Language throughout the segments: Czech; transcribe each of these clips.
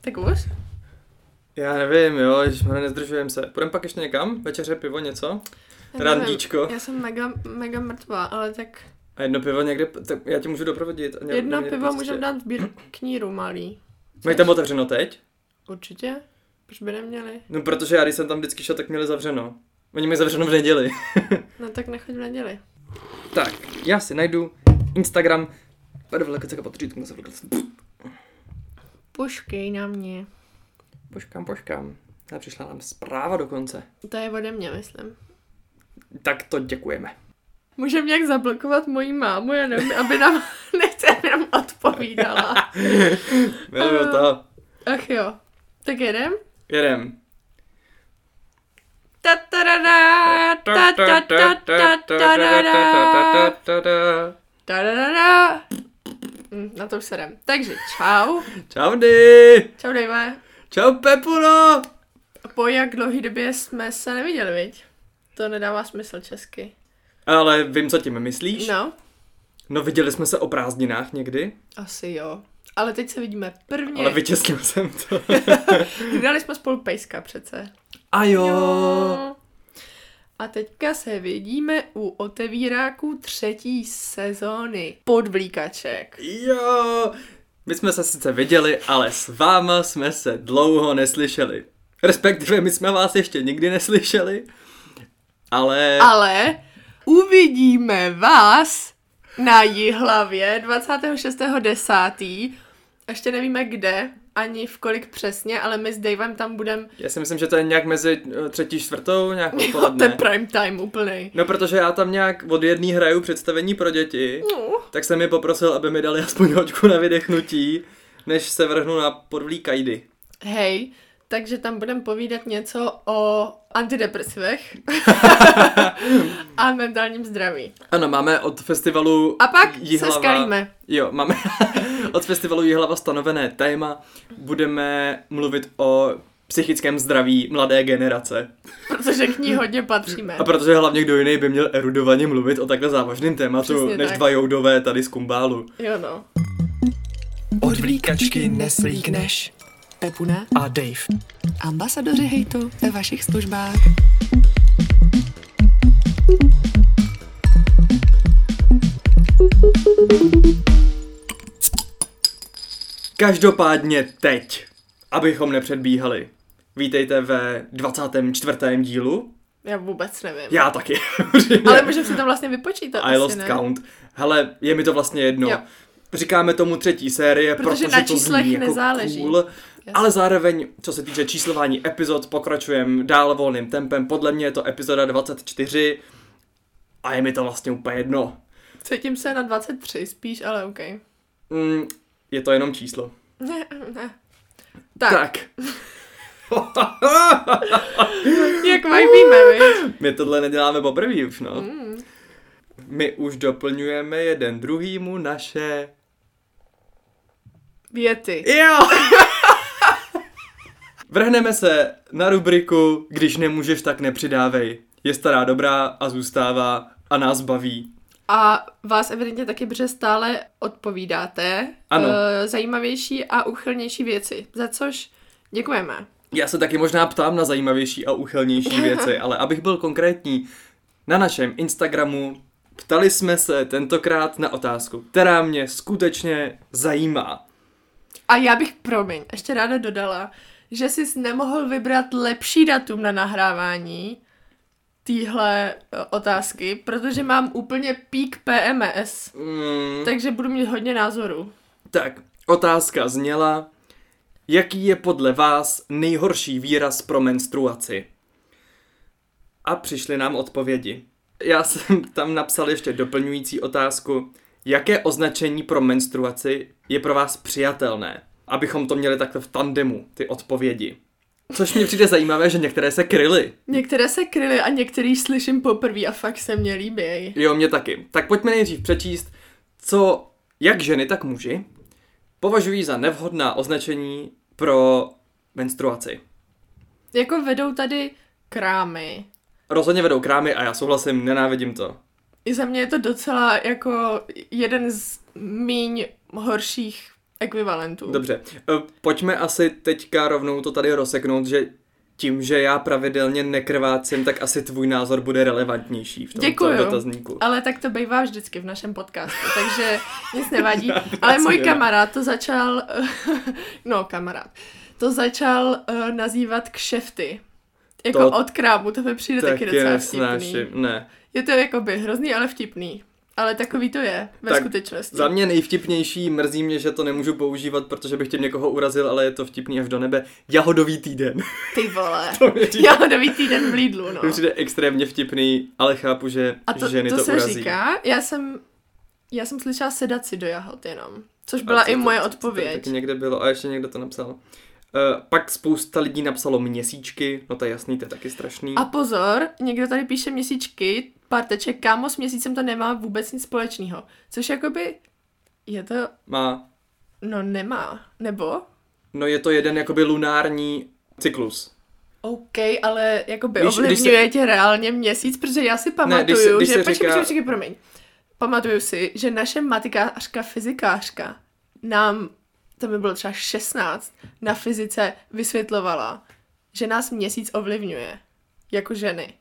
Tak už? Já nevím, jo, když nezdržujeme se. Půjdeme pak ještě někam? Večeře, pivo, něco? Já Randíčko. nevím, Já jsem mega, mega mrtvá, ale tak A jedno pivo někde, tak já tě můžu doprovodit. a ně- jedno na mě pivo prostě- můžeme dát v bír kníru malý. Mají tam otevřeno teď? Určitě? Proč by neměli? No protože já, když jsem tam vždycky šel, tak měli zavřeno. Oni mají zavřeno v neděli. No tak nechoď v neděli. tak, já si najdu Instagram. Padovlekeceka potřít, na se Puškej na mě. Počkám, počkám. A přišla nám zpráva dokonce. To je ode mě, myslím. Tak to děkujeme. Můžeme nějak zablokovat moji mámu, já nevím, aby nám, nechce, aby nám odpovídala. Miluju Eh. to. Ach jo. Tak jedem? Jedem. Ta-ta-ra-ra, ta-ta-ta-ta-ta-ra-ra. Ta-ra-ra-ra. Hm, Na to už se jdem. Takže čau. Čaudy! Čau Dejme. Čau Pepuno! Po jak dlouhý době jsme se neviděli, viď? To nedává smysl česky. Ale vím, co tím myslíš. No, No viděli jsme se o prázdninách někdy, asi jo. Ale teď se vidíme prvně. ale vytěsnil jsem to. Dali jsme spolu pejska přece. A jo. A teďka se vidíme u otevíráků třetí sezóny podvlíkaček. Jo. My jsme se sice viděli, ale s váma jsme se dlouho neslyšeli. Respektive my jsme vás ještě nikdy neslyšeli, ale... Ale uvidíme vás na Jihlavě 26.10. Ještě nevíme kde, ani v kolik přesně, ale my s Davem tam budeme. Já si myslím, že to je nějak mezi eh, třetí, čtvrtou, nějak Jo, to je odpoledne. prime time úplný. No protože já tam nějak od jedný hraju představení pro děti, No. tak jsem mi poprosil, aby mi dali aspoň hoďku na vydechnutí, než se vrhnu na podvlíkajdy. Hej, takže tam budeme povídat něco o antidepresivech a mentálním zdraví. Ano, máme od festivalu A pak Jihlava- se skalíme. Jo, máme od festivalu Jihlava stanovené téma. Budeme mluvit o psychickém zdraví mladé generace. Protože k ní hodně patříme. A protože hlavně kdo jiný by měl erudovaně mluvit o takhle závažným tématu, Přesně než tak. dva joudové tady z Kumbálu. Jo no. Odvlíkačky neslíkneš. Pepuna, A Dave. ambasadoři hejtu ve vašich službách. Každopádně teď, abychom nepředbíhali. Vítejte ve 24. dílu. Já vůbec nevím. Já taky. Ale můžeme si to vlastně vypočítat. I asi, lost ne? count. Hele, je mi to vlastně jedno. Jo. Říkáme tomu třetí série, protože, Protože na to číslech zní jako nezáleží. Cool, ale zároveň, co se týče číslování epizod, pokračujeme dál volným tempem. Podle mě je to epizoda 24 a je mi to vlastně úplně jedno. Cítím se na 23 spíš, ale OK. Mm, je to jenom číslo. Ne, ne. Tak, tak. tak. jak mají víme, viď? My tohle neděláme poprvé už, no. Mm. My už doplňujeme jeden druhýmu naše... Věty. Jo! Vrhneme se na rubriku Když nemůžeš, tak nepřidávej. Je stará dobrá a zůstává a nás baví. A vás evidentně taky, protože stále odpovídáte Ano. eh, zajímavější a uchylnější věci, za což děkujeme. Já se taky možná ptám na zajímavější a uchylnější věci, ale abych byl konkrétní, na našem Instagramu ptali jsme se tentokrát na otázku, která mě skutečně zajímá. A já bych, promiň, ještě ráda dodala, že jsi nemohl vybrat lepší datum na nahrávání téhle otázky, protože mám úplně pík PMS, Mm, takže budu mít hodně názorů. Tak, otázka zněla, jaký je podle vás nejhorší výraz pro menstruaci? A přišly nám odpovědi. Já jsem tam napsal ještě doplňující otázku, jaké označení pro menstruaci je pro vás přijatelné, abychom to měli takhle v tandemu, ty odpovědi. Což mi přijde zajímavé, že některé se kryly. Některé se kryly a některý slyším poprvé a fakt se mě líbí. Jo, mě taky. Tak pojďme nejdřív přečíst, co jak ženy, tak muži považují za nevhodná označení pro menstruaci. Jako vedou tady krámy, Rozhodně vedou krámy a já souhlasím, nenávidím to. I za mě je to docela jako jeden z míň horších ekvivalentů. Dobře, Eh, pojďme asi teďka rovnou to tady rozseknout, že tím, že já pravidelně nekrvácím, tak asi tvůj názor bude relevantnější v tomto Děkuju. dotazníku. Ale tak to bývá vždycky v našem podcastu, takže nic nevadí. Ale já můj jsem rád. kamarád to začal, no kamarád, to začal eh, nazývat kšefty. Jako To- od krámu, to mi přijde taky docela vtipný. Ne. Je to jakoby hrozný, ale vtipný. Ale takový to je ve Tak skutečnosti. Za mě nejvtipnější, mrzí mě, že to nemůžu používat, protože bych tím někoho urazil, ale je to vtipný až do nebe. Jahodový týden. Ty vole. To mě přijde- Já nový týden v Lidlu, no. to mi přijde extrémně vtipný, ale chápu, že A to, ženy to, to, se urazí. říká, já jsem, já jsem slyšela sedaci do jahod jenom, což byla A co i to- moje co to odpověď. Taky někde bylo a ještě někdo to napsal. Uh, pak spousta lidí napsalo měsíčky, no to je jasný, to je taky strašný. A pozor, někdo tady píše měsíčky, pár teček, kámo, s měsícem to nemá vůbec nic společného. Což jakoby je to, Má, no nemá, nebo? no je to jeden jakoby lunární cyklus. OK, ale jakoby Když- když, když se- ovlivňuje když tě reálně měsíc, protože já si pamatuju, když se- když že... se počkej, říká- počkej, počkej, promiň. Pamatuju si, že naše matikářka, fyzikářka nám, to mi bylo třeba 16, na fyzice vysvětlovala, že nás měsíc ovlivňuje. Jako ženy.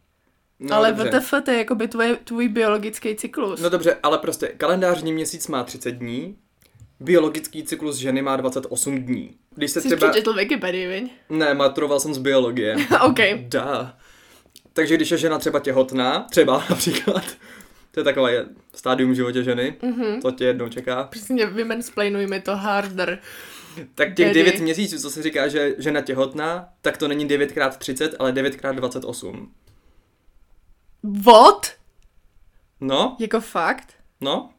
No, ale dobře. VTF to je jakoby tvoje, tvůj biologický cyklus. No dobře, ale prostě kalendářní měsíc má 30 dní, biologický cyklus ženy má 28 dní. Když se Jsi třeba... přečetl Wikipedii, viď? Ne, maturoval jsem z biologie. OK. Da. Takže když je žena třeba těhotná, třeba například, to je takové stádium v životě ženy, mm-hmm. to tě jednou čeká, Přesně, women splainuj mi to harder. tak těch Tedy. 9 měsíců, co se říká, že žena těhotná, tak to není 9x30, ale 9x28. What? No, Jako fakt? no,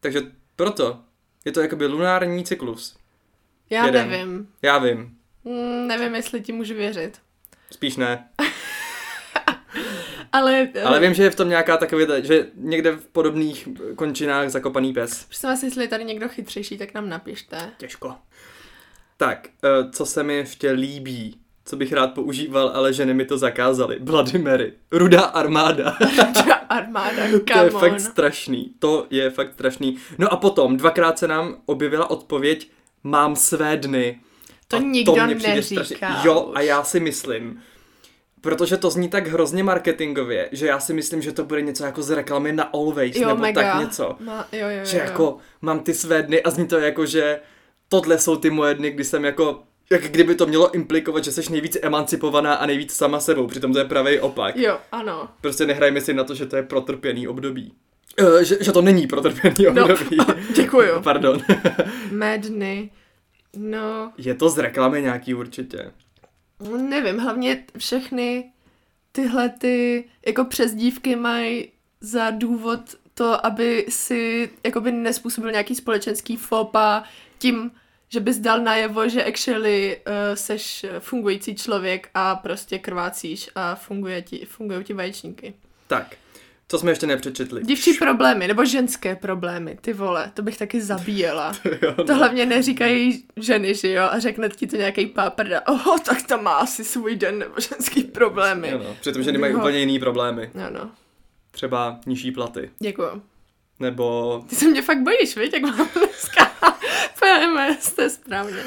takže proto. Je to jakoby lunární cyklus. Já Jeden. nevím. Já vím, Mm, nevím, jestli ti můžu věřit. spíš ne. Ale, eh, Ale vím, že je v tom nějaká taková, ta- že někde v podobných končinách zakopaný pes. Prosím vás, jestli je tady někdo chytřejší, tak nám napište. Těžko. Tak, eh, co se mi ještě líbí, co bych rád používal, ale ženy mi to zakázaly. Bloody Mary. Rudá armáda. Ta armáda, to je come on. fakt strašný. To je fakt strašný. No a potom, dvakrát se nám objevila odpověď mám své dny. To A nikdo mně přijde neříká Jo, už. a já si myslím, protože to zní tak hrozně marketingově, že já si myslím, že to bude něco jako z reklamy na Always, Jo, nebo mega. tak něco Ma, jo, jo, jo, že jo. jako mám ty své dny a zní to jako, že tohle jsou ty moje dny, kdy jsem jako, jak kdyby to mělo implikovat, že jsi nejvíc emancipovaná a nejvíc sama sebou, přitom to je pravý opak. Jo, ano. Prostě nehrajme si na to, že to je protrpěný období. Eh, Že, že to není protrpěný No, období. děkuju. Pardon. Mé dny. No, Je to z reklamy nějaký určitě. nevím, hlavně všechny tyhle ty jako přezdívky mají za důvod to, aby si jakoby nespůsobil nějaký společenský fopa tím, že bys dal najevo, že actually uh, seš fungující člověk a prostě krvácíš a funguje ti, fungují ti vaječníky. Tak, co jsme ještě nepřečetli? Dívčí problémy, nebo ženské problémy, ty vole, to bych taky zabíjela. Jo, no. To hlavně neříkají ženy, že jo, a řekne ti to nějaký páprda, oho, tak tam má asi svůj den nebo ženský problémy. Jo, no. Přitom ženy mají Jo. úplně jiný problémy. No, no, Třeba nižší platy. děkuju. Nebo Ty se mě fakt bojíš, víš, jak mám dneska PMS, to je správně.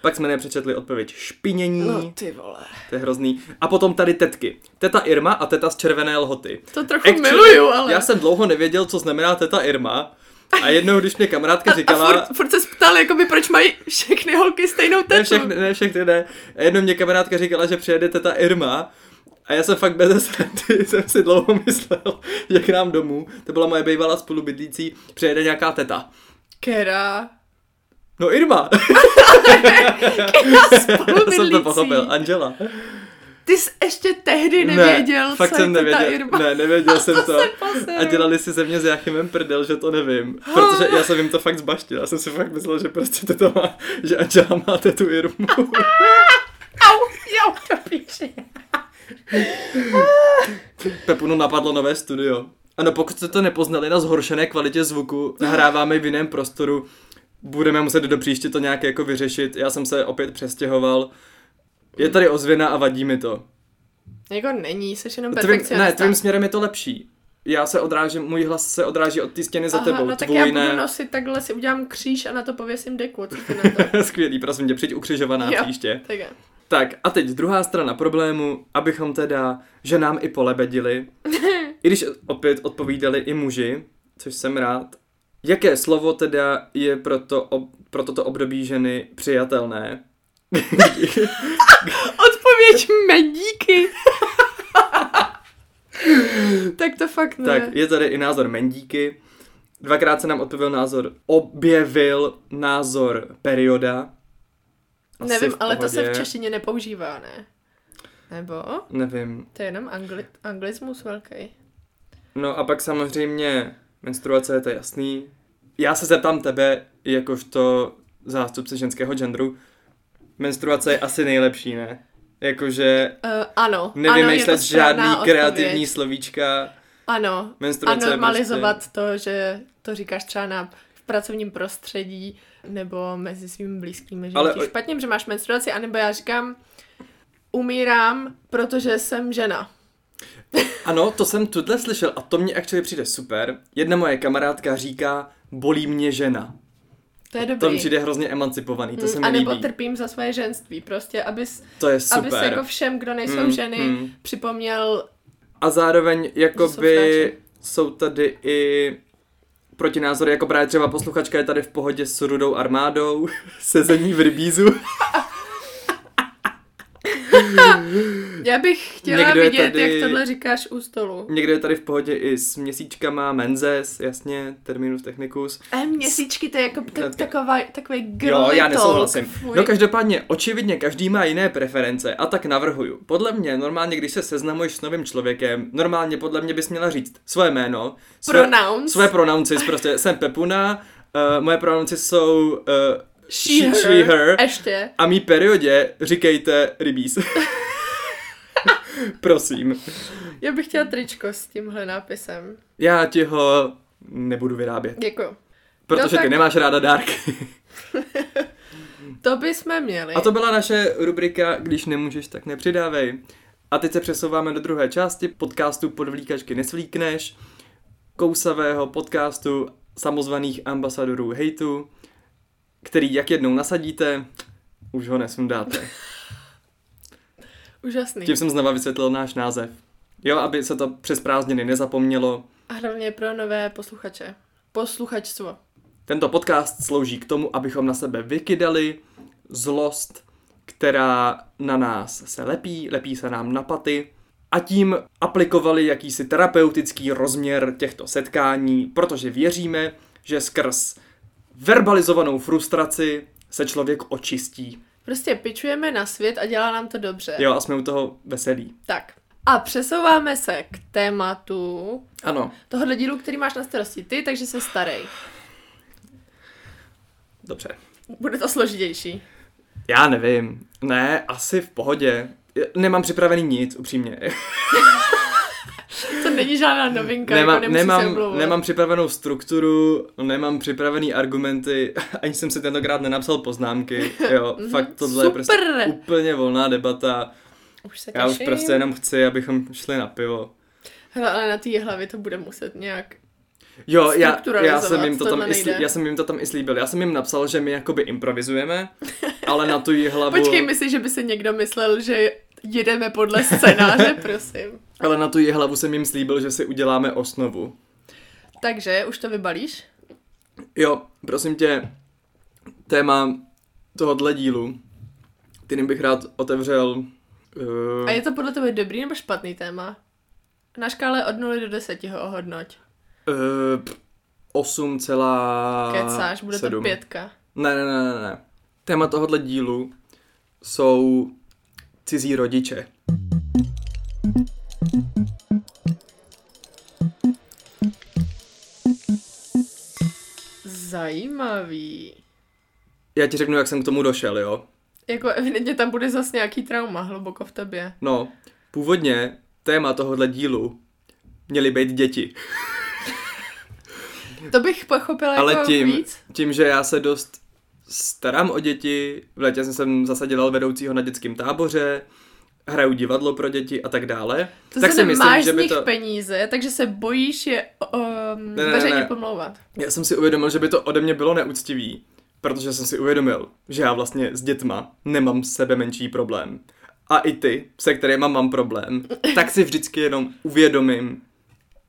pak jsme nepřečetli odpověď špinění. No ty vole. To je hrozný. A potom tady tetky. Teta Irma a teta z červené lhoty. To trochu miluju, ale... Já jsem dlouho nevěděl, co znamená teta Irma. A jednou, když mě kamarádka A, a říkala... furt, furt se ptal, jakoby, proč mají všechny holky stejnou tetu. Ne všechny, ne všechny, ne. A jednou mě kamarádka říkala, že přijede teta Irma. A já jsem fakt bez srandy, jsem si dlouho myslel, že k nám domů, to byla moje bývalá spolubydlící, přijede nějaká teta. Kera. No Irma, Já já jsem to spolubydlící. pochopil, Angela. Ty jsi ještě tehdy nevěděl, ne, fakt co jsem je nevěděl, ta Irma. ne, nevěděl jsem to. se poseru. A dělali si ze mě s Jachymem prdel, že to nevím. Protože já jsem jim to fakt zbaštil. Já jsem si fakt myslel, že prostě to, to má, že Angela má tu Irmu. Au, jau, to píše. Pepunu napadlo nové studio. Ano, pokud jste to nepoznali na zhoršené kvalitě zvuku, nahráváme v jiném prostoru. Budeme muset do příště to nějak jako vyřešit. Já jsem se opět přestěhoval. Je tady ozvěna a vadí mi to. Jako není, jsi jenom Tvým, ne, perfekcionista. tvým směrem je to lepší. Já se odrážím, můj hlas se odráží od té stěny za Aha, tebou, no tak já tvůj budu ne. nosit takhle, si udělám kříž a na to pověsím deku. Co ty na to? Skvělý, prosím tě, přijď ukřižovaná Jo. příště. tak jo. Tak a teď druhá strana problému, abychom teda ženám i polebedili, i když opět odpovídali i muži, což jsem rád, jaké slovo teda je pro, to, ob- pro toto období ženy přijatelné? Odpověď mendíky. tak to fakt ne. tak je tady i názor Mendíky, dvakrát se nám objevil názor, objevil názor perioda. Asi Nevím, v ale to se pohodě. v češtině nepoužívá, ne? Nebo? Nevím, To je jenom angli- anglismus velký. No a pak samozřejmě menstruace, je to je jasný. Já se zeptám tebe, jakožto zástupce ženského genderu, menstruace je asi nejlepší, ne? Jakože Uh, ano, ano, je to nevymýšlet žádný správná kreativní odpověď. slovíčka. Ano, a Menstruace je normalizovat Prostě... prostě... to, že to říkáš třeba na v pracovním prostředí nebo mezi svými blízkými, že Ale Ale... o- špatně, že máš menstruaci, anebo já říkám, umírám, protože jsem žena. prostě- Ano, to jsem tuhle slyšel a to mě actually přijde super. Jedna moje kamarádka říká, bolí mě žena. To je To dobrý. Hmm, mi přijde hrozně emancipovaný, to se mi a nebo líbí. trpím za svoje ženství, prostě, abys, To je abys super. jako všem, kdo nejsou Mm, ženy, mm. připomněl, A zároveň jakoby Posluchače. jsou tady i protinázory, jako právě třeba posluchačka je tady v pohodě s rudou armádou, sezení v rybízu. já bych chtěla Někdo je vidět, tady- jak tohle říkáš u stolu. Někdo je tady v pohodě i s měsíčkama, menzes, jasně, terminus technicus. A Eh, měsíčky, to je jako tak, Hnedka. taková, takový girly No, Jo, já talk. nesouhlasím. Fuj. No každopádně, očividně každý má jiné preference a tak navrhuju. Podle mě, normálně, když se seznamuješ s novým člověkem, normálně podle mě bys měla říct své jméno, své, Pronouns. své pronounci, prostě jsem Pepuna, uh, moje pronounci jsou uh, she, her, she, her, Ještě. A mý periodě říkejte rybíz. Prosím. Já bych chtěla tričko s tímhle nápisem. Jako, Já ti ho nebudu vyrábět, Děkuju. protože No tak- ty nemáš ráda dárky. To bychom měli. A to byla naše rubrika Když nemůžeš, tak nepřidávej. A teď se přesouváme do druhé části podcastu Podvlíkačky nesvlíkneš, kousavého podcastu samozvaných ambasadorů hejtu, který jak jednou nasadíte, už ho nesundáte. Úžasný. Tím jsem znova vysvětlil náš název. Jo, aby se to přes prázdniny nezapomnělo, A hlavně pro nové posluchače. Posluchačstvo. Tento podcast slouží k tomu, abychom na sebe vykydali zlost, která na nás se lepí, lepí se nám na paty a tím aplikovali jakýsi terapeutický rozměr těchto setkání, protože věříme, že skrz verbalizovanou frustraci se člověk očistí. Prostě pičujeme na svět a dělá nám to dobře. Jo, a jsme u toho veselí. Tak. A přesouváme se k tématu Ano, tohohle dílu, který máš na starosti ty, takže se starej. dobře. Bude to složitější. Já nevím. Ne, asi v pohodě. Nemám připravený nic, upřímně. To není žádná novinka, Nemám, jako nemám, se nemám, omlouvat. nemám připravenou strukturu, nemám připravený argumenty, ani jsem si tentokrát nenapsal poznámky, jo, fakt tohle je prostě Mhm. super. úplně volná debata, Už se těším. já už prostě jenom chci, abychom šli na pivo. Hele, ale na té hlavě to bude muset nějak Jo, já, já, Strukturalizovat, jsem jim to tam tohle i nejde. slí, já jsem jim to tam i slíbil, já jsem jim napsal, že my jakoby improvizujeme, ale na tu jí hlavu, Počkej, myslím, že by se někdo myslel, že jedeme podle scénáře, prosím. ale na tu jí hlavu jsem jim slíbil, že si uděláme osnovu. Takže, už to vybalíš? Jo, prosím tě, téma tohohle dílu, kterým bych rád otevřel... Uh, A je to podle tebe dobrý nebo špatný téma? Na škále od 0 do 10 ho ohodnoť. uh, 8,7. Kecáš, bude to pětka. Ne, ne, ne, ne, ne. Téma tohohle dílu jsou cizí rodiče. Zajímavý. Já ti řeknu, jak jsem k tomu došel, jo? Jako evidentně tam bude zase nějaký trauma hluboko v tobě. No, původně téma tohohle dílu měly být děti. To bych pochopila Ale jako tím, víc. tím, že já se dost starám o děti, v létě jsem sem zasadil vedoucího na dětském táboře, hrajou divadlo pro děti a tak dále, To tak tak se si nemáš myslím, že z by nich to... to... peníze, takže se bojíš je um, Ne, ne, veřejně ne. pomlouvat. Já jsem si uvědomil, že by to ode mě bylo neúctivý, protože jsem si uvědomil, že já vlastně s dětma nemám sebe menší problém. A i ty, se kterýma mám problém, tak si vždycky jenom uvědomím,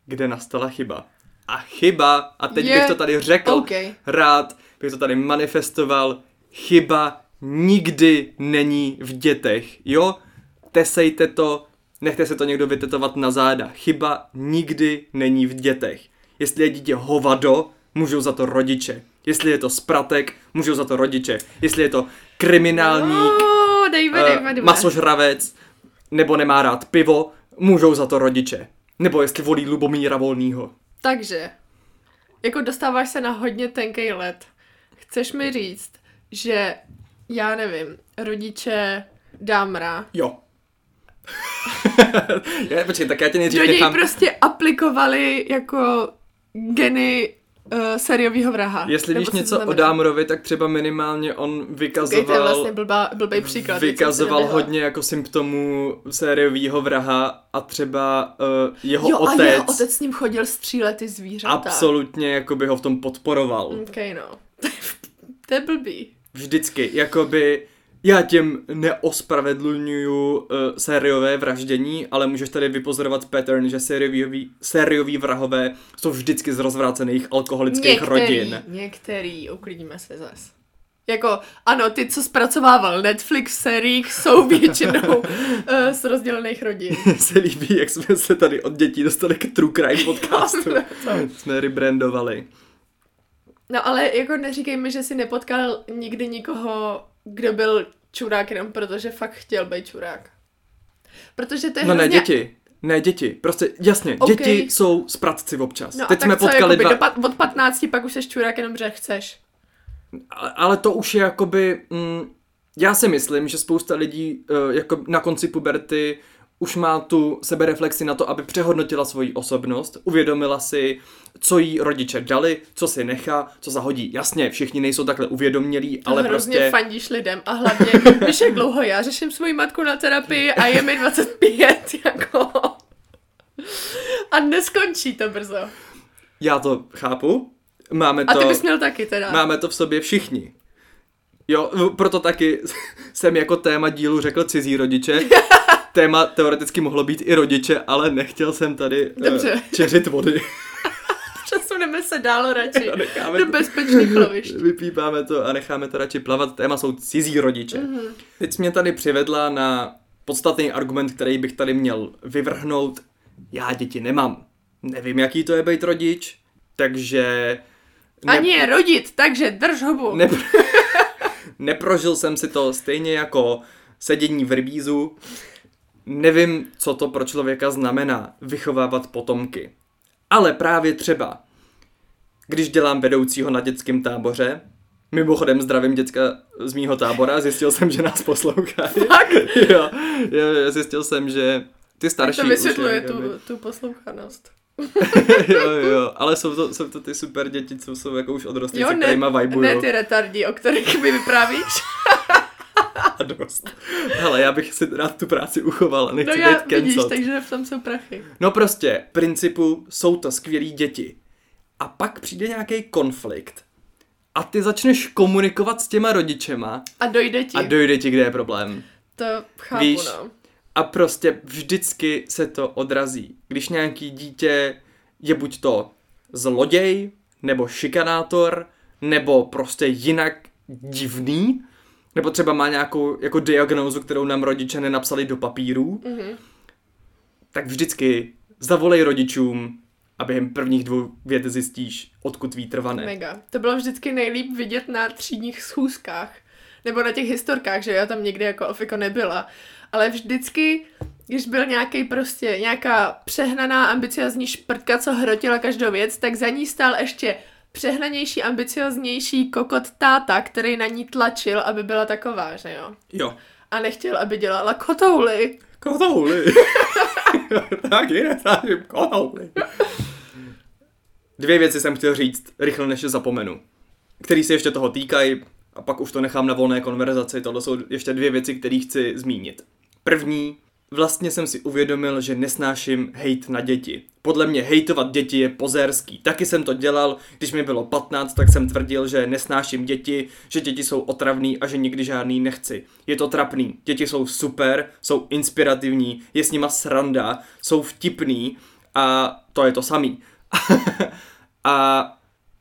kde nastala chyba. A chyba, a teď Je bych to tady řekl, OK. rád bych to tady manifestoval, chyba nikdy není v dětech, jo? Tesejte to, nechte se to někdo vytetovat na záda. Chyba nikdy není v dětech. Jestli je dítě hovado, můžou za to rodiče. Jestli je to spratek, můžou za to rodiče. Jestli je to kriminálník, Oh, dejme, eh, dejme, dejme. masožravec, nebo nemá rád pivo, můžou za to rodiče. Nebo jestli volí Lubomíra Volnýho. Takže, jako dostáváš se na hodně tenký let. Chceš mi říct, že, já nevím, rodiče Dámra Jo. já, počkej, tak já tě nejdřív do něj nechám... prostě aplikovali jako geny uh, sériového vraha. Jestli Nebo víš co to něco o znamená? Dámrovi, tak třeba minimálně on Okay, to je vykazoval... vlastně blbá, blbý příklad. teď jsem si vykazoval nebyla. hodně jako symptomů sériového vraha a třeba uh, jeho, Jo, otec a jeho otec s ním chodil střílet ty zvířata. absolutně jako by ho v tom podporoval. OK, no. to je blbý. Vždycky, jakoby já těm neospravedlňuju uh, sériové vraždění, ale můžeš tady vypozorovat pattern, že sérioví, sérioví vrahové jsou vždycky z rozvrácených alkoholických rodin. některý, uklidíme se zas. Jako, ano, ty, co zpracovával Netflix v sériích, jsou většinou eh, z rozdělených rodin. Mně se líbí, jak jsme se tady od dětí dostali k True Crime podcastu. jsme rebrandovali. No ale jako neříkej mi, že jsi nepotkal nikdy nikoho, kdo byl čurák jenom protože fakt chtěl být čurák. Protože to je No ne, hrozně... děti. Ne, děti. Prostě, jasně, Ok. děti jsou zpracci občas. No a Teď tak jsme co, potkali jakoby dva... do pat- od 15 pak už jsi čurák jenom, že chceš. Ale- Ale to už je jakoby... Mm, já si myslím, že spousta lidí eh, jako na konci puberty už má tu sebereflexi na to, aby přehodnotila svoji osobnost, uvědomila si, co jí rodiče dali, co si nechá, co zahodí. Jasně, všichni nejsou takhle uvědomělí, Ale ale hrozně prostě... fandíš lidem a hlavně, víš jak dlouho já řeším svoji matku na terapii a je mi 25, jako. A neskončí to brzo. Já to chápu. Máme A to... ty bys měl taky teda. Máme to v sobě všichni. Jo, no, proto taky jsem jako téma dílu řekl cizí rodiče. Téma teoreticky mohlo být i rodiče, ale nechtěl jsem tady eh, Dobře. čeřit vody. Přesuneme se dál radši A necháme do to. bezpečných lovišť. Vypípáme to a necháme to radši plavat. Téma jsou cizí rodiče. Mhm. Mm-hmm. Teď jsi mě tady přivedla na podstatný argument, který bych tady měl vyvrhnout. Já děti nemám. Nevím, jaký to je být rodič, takže... ne- Ani je rodit, takže drž hubu. Nepro... Neprožil jsem si to stejně jako sedění v rybízu. Nevím, co to pro člověka znamená vychovávat potomky. Ale právě třeba, když dělám vedoucího na dětském táboře, mimochodem zdravím děcka z mýho tábora, zjistil jsem, že nás poslouchají. Fakt? jo, jo, jo, zjistil jsem, že ty Tak starší to vysvětluje už je, jakoby- tu, tu poslouchanost. jo, jo, ale jsou to, jsou to ty super děti, co jsou jako už odrostlí, Jo, se ne, kterýma vibuju. ne ty retardí, o kterých mi vyprávíš. a dost. Hele, já bych si rád tu práci uchoval a No nechci no já být vidíš, cancelled. takže v tom jsou prachy. No prostě, principu jsou to skvělí děti. A pak přijde nějaký konflikt a ty začneš komunikovat s těma rodičema A dojde ti. a dojde ti, kde je problém. To chápu, Víš, no. A prostě vždycky se to odrazí. Když nějaký dítě je buď to zloděj, nebo šikanátor, nebo prostě jinak divný, nebo třeba má nějakou jako diagnózu, kterou nám rodiče nenapsali do papírů, mm-hmm. tak vždycky zavolej rodičům a během prvních dvou vět zjistíš, odkud vítr vane. Mega. To bylo vždycky nejlíp vidět na třídních schůzkách. Nebo na těch historkách, že já tam nikdy jako ofiko nebyla. Ale vždycky, když byl nějaký prostě, nějaká přehnaná ambiciozní šprtka, co hrotila každou věc, tak za ní stál ještě přehnanější, ambicioznější kokot táta, který na ní tlačil, aby byla taková, že jo. Jo. A nechtěl, aby dělala kotouly. Kotouly. Taky nesnáším kotouly. Dvě věci jsem chtěl říct, rychle než je zapomenu. Který se ještě toho týkají, a pak už to nechám na volné konverzaci, tohle jsou ještě dvě věci, které chci zmínit. První, Vlastně jsem si uvědomil, že nesnáším hejt na děti. Podle mě hejtovat děti je pozérský. Taky jsem to dělal, když mi bylo 15, tak jsem tvrdil, že nesnáším děti, že děti jsou otravný a že nikdy žádný nechci. Je to trapný. Děti jsou super, jsou inspirativní, je s nima sranda, jsou vtipný a to je to samý. a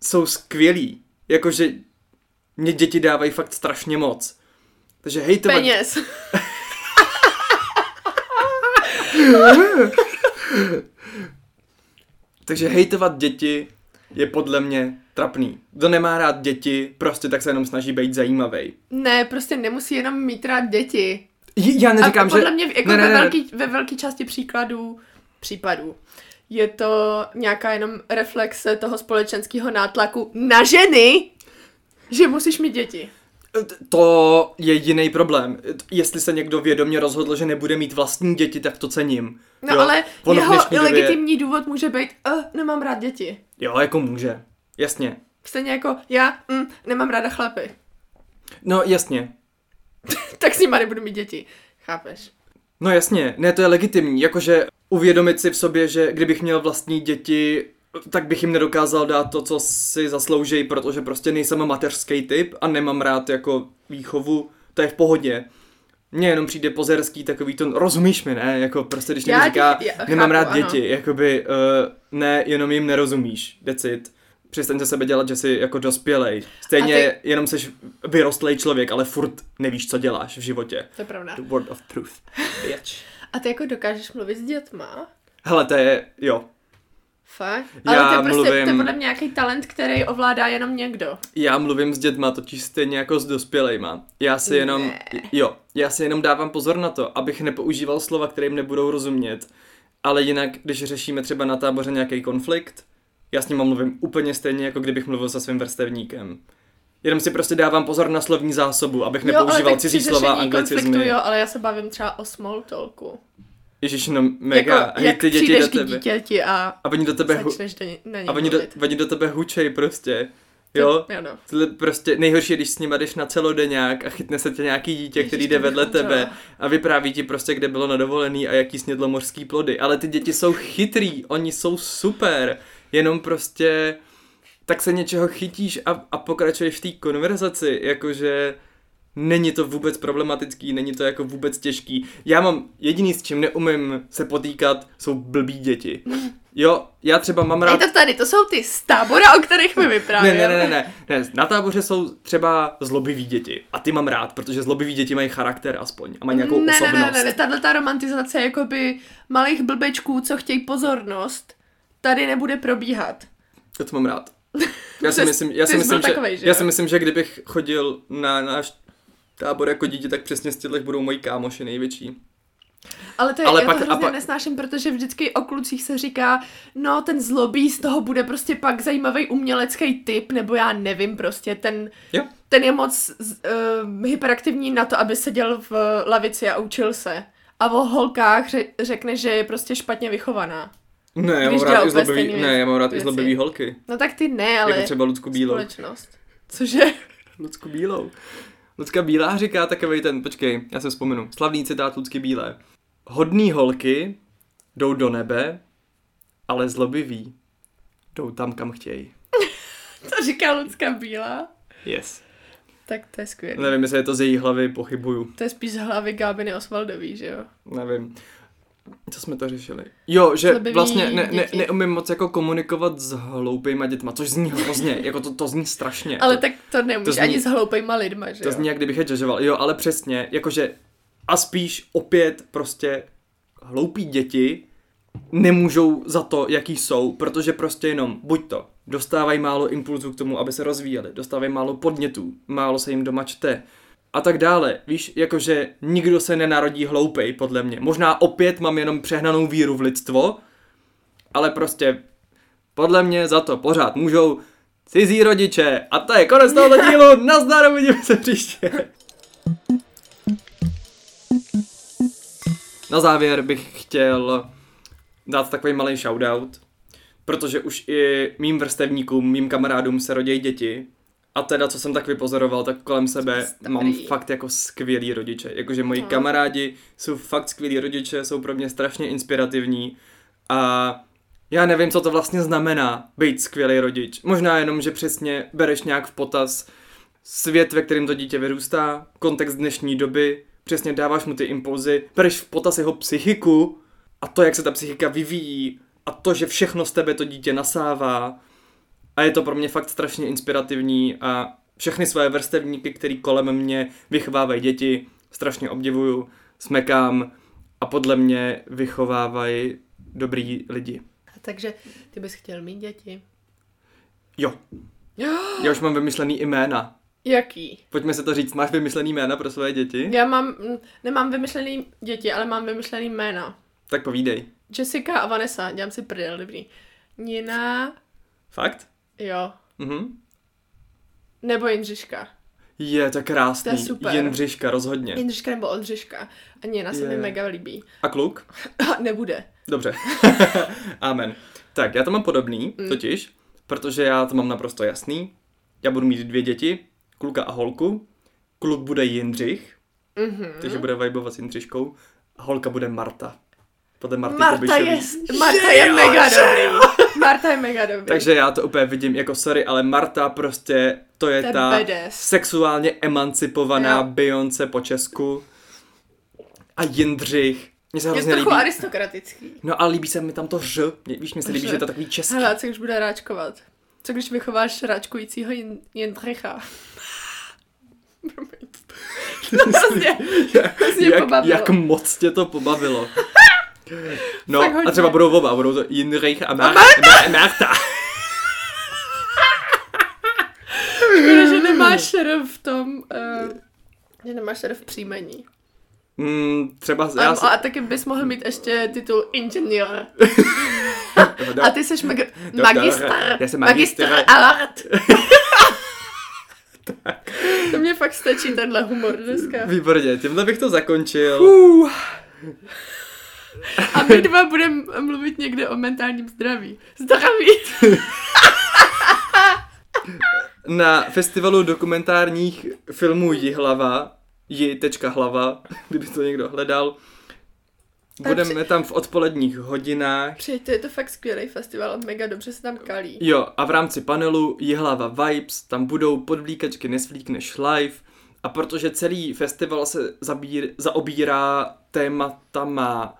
jsou skvělí. Jakože mě děti dávají fakt strašně moc. Takže hejtovat... Peněz. Takže hejtovat děti je podle mě trapný. Kdo nemá rád děti, prostě tak se jenom snaží být zajímavý. Ne, prostě nemusí jenom mít rád děti. Já A neříkám, podle že... mě jako ne, ne, ve, ne, ne. velký, ve velký části příkladů, případů, je to nějaká jenom reflexe toho společenského nátlaku na ženy, že musíš mít děti. Eh, To je jiný problém. Jestli se někdo vědomě rozhodl, že nebude mít vlastní děti, tak to cením. No jo? ale Ono v jeho dnešní době- legitimní důvod může být, uh, nemám rád děti. Jo, jako může. Jasně. Stejně jako já, mm, nemám ráda chlapy. No, jasně. tak s nima nebudu mít děti. Chápeš? No jasně, ne, to je legitimní, jakože uvědomit si v sobě, že kdybych měl vlastní děti, tak bych jim nedokázal dát to, co si zasloužejí, protože prostě nejsem mateřský typ a nemám rád jako výchovu, to je v pohodě. Mně jenom přijde pozerský takový to, rozumíš mi, ne? Jako prostě, když někdo Já tě- říká, já chápu, nemám rád ano. děti, jakoby, uh, ne, jenom jim nerozumíš, decit. Přestaň ze sebe dělat, že jsi jako dospělej. Stejně A ty- jenom jsi vyrostlej člověk, ale furt nevíš, co děláš v životě. To je pravda. The word of truth. Bitch. A ty jako dokážeš mluvit s dětma? Hele, to je, jo. Fakt? Já Ale to je prostě, to je mluvím- podle mě nějaký talent, který ovládá jenom někdo. Já mluvím s dětma totiž stejně jako s dospělejma. Já si jenom, Ne. jo, já si jenom dávám pozor na to, abych nepoužíval slova, které jim nebudou rozumět. Ale jinak, když řešíme třeba na táboře nějaký konflikt, já s ním mluvím úplně stejně, jako kdybych mluvil se svým vrstevníkem. Jenom si prostě dávám pozor na slovní zásobu, abych nepoužíval tak cizí při slova řešení konfliktu, anglicizmy. jo, ale já se bavím třeba o small talku. Ježíš, no mega, jako, hej, jak ty děti přijdeš do k tebe. dítěti a A oni do tebe, hu- začneš do ní, na něj a oni do, mluvit. oni do tebe hučej prostě. Jo? To, jo no. Tohle prostě nejhorší je, když s nima jdeš na celodeňák a chytne se tě nějaký dítě, Ježiš, který to jde bych vedle umřela. tebe a vypráví ti prostě, kde bylo nadovolený a jaký snědlo mořský plody. Ale ty děti jsou chytrý, oni jsou super, jenom prostě tak se něčeho chytíš a, a pokračuješ v té konverzaci, jakože není to vůbec problematický, není to jako vůbec těžký. Já mám jediný, s čím neumím se potýkat, jsou blbí děti. Jo, já třeba mám rád... Ej, to tady, to jsou ty z tábora, o kterých mi Ne, vyprávěl. ne, ne, ne, ne, ne. Na táboře jsou třeba zlobivý děti. A ty mám rád, protože zlobivý děti mají charakter aspoň. A mají nějakou ne, osobnost. Ne, ne, ne, tahle ta romantizace jakoby malých blbečků, co chtějí pozornost, tady nebude probíhat. Já to mám rád. Já si Ty- myslím, já ty si jsi myslím, byl že, takovej, že já jo? si myslím, že kdybych chodil na náš tábor jako dítě, tak přesně z těchto budou moji kámoši největší. Ale to je, Ale Ale já pak, pak- a to hrozně pak- pak... nesnáším, protože vždycky o klucích se říká, no ten zlobí z toho bude prostě pak zajímavý umělecký typ, nebo já nevím prostě, ten, Jo? ten je moc uh, hyperaktivní na to, aby seděl v lavici a učil se. A o holkách ře- řekne, že je prostě špatně vychovaná. Ne, já Když mám dělá rád i úplně zlobivý, stejný ne, já mám rád i věci. zlobivý holky. No tak ty ne, ale Jako třeba Lucku Bílou. společnost. Cože? Lucku Bílou. Lucka Bílá říká takovej ten, počkej, já se vzpomenu, slavný citát Lucky Bílé. Hodný holky jdou do nebe, ale zlobiví jdou tam, kam chtějí. To říká Lucka Bílá. Yes. Tak to je skvělé. Nevím, jestli je to z její hlavy, pochybuju. To je spíš z hlavy Gábiny Osvaldový, že jo? Nevím. Co jsme to řešili? Jo, že Zlobivý vlastně ne, ne, děti. neumím moc jako komunikovat s hloupýma dětma, což zní hrozně, jako to, to zní strašně. Ale to, tak to nemůžeš to to zní- zní, ani s hloupejma lidma, že To jo? zní, jak kdybych je judgeoval. Jo, ale přesně, jakože a spíš opět prostě hloupí děti nemůžou za to, jaký jsou, protože prostě jenom buď to dostávají málo impulzů k tomu, aby se rozvíjeli, dostávají málo podnětů, málo se jim doma čte a tak dále. Víš, jakože nikdo se nenarodí hloupej, podle mě. Možná opět mám jenom přehnanou víru v lidstvo, ale prostě podle mě za to pořád můžou cizí rodiče. A to je konec tohoto dílu, nazdar, uvidíme se příště. Na závěr bych chtěl dát takový malý shoutout, protože už i mým vrstevníkům, mým kamarádům se rodí děti A teda, co jsem tak vypozoroval, tak kolem sebe Starý. mám fakt jako skvělí rodiče. Jakože moji No. kamarádi jsou fakt skvělí rodiče, jsou pro mě strašně inspirativní a já nevím, co to vlastně znamená být skvělý rodič. Možná jenom, že přesně bereš nějak v potaz svět, ve kterém to dítě vyrůstá, kontext dnešní doby, přesně dáváš mu ty impulzy, bereš v potaz jeho psychiku a to, jak se ta psychika vyvíjí a to, že všechno z tebe to dítě nasává, a je to pro mě fakt strašně inspirativní a všechny svoje vrstevníky, který kolem mě vychovávají děti, strašně obdivuju, smekám a podle mě vychovávají dobrý lidi. Takže ty bys chtěl mít děti. Jo, já už mám vymyšlený i jména. Jaký? Pojďme se to říct, máš vymyšlený jména pro svoje děti? Já mám, mm, nemám vymyšlený děti, ale mám vymyšlený jména. Tak povídej. Jessica a Vanessa, dělám si prdel, dobrý. Nina, Fakt? jo. Mhm. Nebo Jindřiška. Je, to je krásný. To je super. Jindřiška, rozhodně. Jindřiška nebo Oldřiška. A Nina se mi Je. mega líbí. A kluk? Nebude. Dobře. Amen. Tak, já to mám podobný, mm. totiž, protože já to mám naprosto jasný. Já budu mít dvě děti, kluka a holku. Kluk bude Jindřich, Mhm. mm-hmm. takže bude vibovat s Jindřiškou. A holka bude Marta. Podle Marty Marta Kubišový. je, Marta je mega dobrý. Marta je mega dobrý. Takže já to úplně vidím jako sorry, ale Marta prostě to je To je ta badass. sexuálně emancipovaná Jo. Beyoncé po Česku. A Jindřich. Mně se je hrozně trochu líbí. aristokratický. No a líbí se mi tam to ř. Mně- Víš, mně se líbí, Ř. že je to takový český. Hele, a co když bude ráčkovat? Co když vychováš ráčkujícího Jin- Jindřicha? Promiň. Hrozně, hrozně jak, pobavilo. jak moc tě to pobavilo. No, Tak hodně. a třeba budou oba, budou to Jindřich a Mar- Mar- Marta. Škoda, že nemáš r v tom, uh, že nemáš r v příjmení. Mm, třeba A, já si... a taky bys mohl mít ještě titul inženýr. no, A ty jsi mag- magistr. já jsem Magistr magistr. alert. To mě fakt stačí, tenhle humor dneska. Výborně, tímhle bych to zakončil. A my dva budeme mluvit někde o mentálním zdraví. Zdraví! Na festivalu dokumentárních filmů Jihlava, ji.hlava, kdyby to někdo hledal, budeme tam v odpoledních hodinách. Přijďte, je to fakt skvělý festival a mega dobře se tam kalí. Jo, a v rámci panelu Jihlava Vibes tam budou podvlíkačky Nesvlíkneš live a protože celý festival se zabír, zaobírá tématama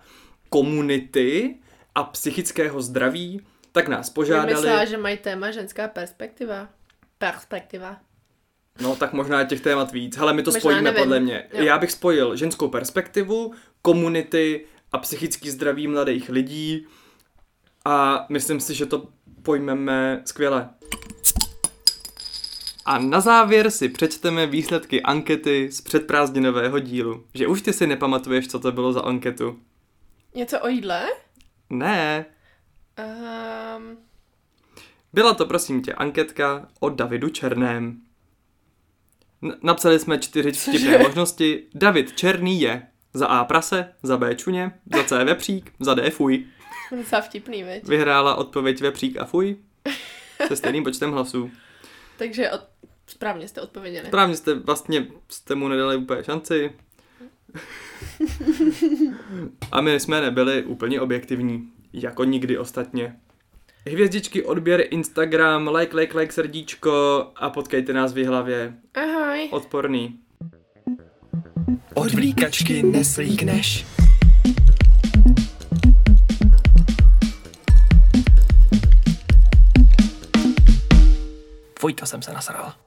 komunity a psychického zdraví, tak nás požádali. Myslela, že mají téma ženská perspektiva. Perspektiva. No tak možná je těch témat víc. Hele, my to Možná spojíme nevím. podle mě. Jo. Já bych spojil ženskou perspektivu, komunity a psychický zdraví mladých lidí a myslím si, že to pojmeme skvěle. A na závěr si přečteme výsledky ankety z předprázdninového dílu. Že už ty si nepamatuješ, co to bylo za anketu. Něco o jídle? Ne, Um, Byla to prosím tě anketka o Davidu Černém. N- napsali jsme čtyři vtipné možnosti. David Černý je za A prase, za B čuně, za C vepřík, za D fuj. docela vtipný, viď? Vyhrála odpověď vepřík a fuj se stejným počtem hlasů. Takže od... správně jste odpověděli. Právě jste vlastně jste mu nedali úplně šanci. A my jsme nebyli úplně objektivní, jako nikdy ostatně. Hvězdičky, odběr, Instagram, like, like, like, srdíčko a potkejte nás v hlavě. Ahoj. Odporný. Od vlíkačky neslíkneš. Fuj, to jsem se nasral.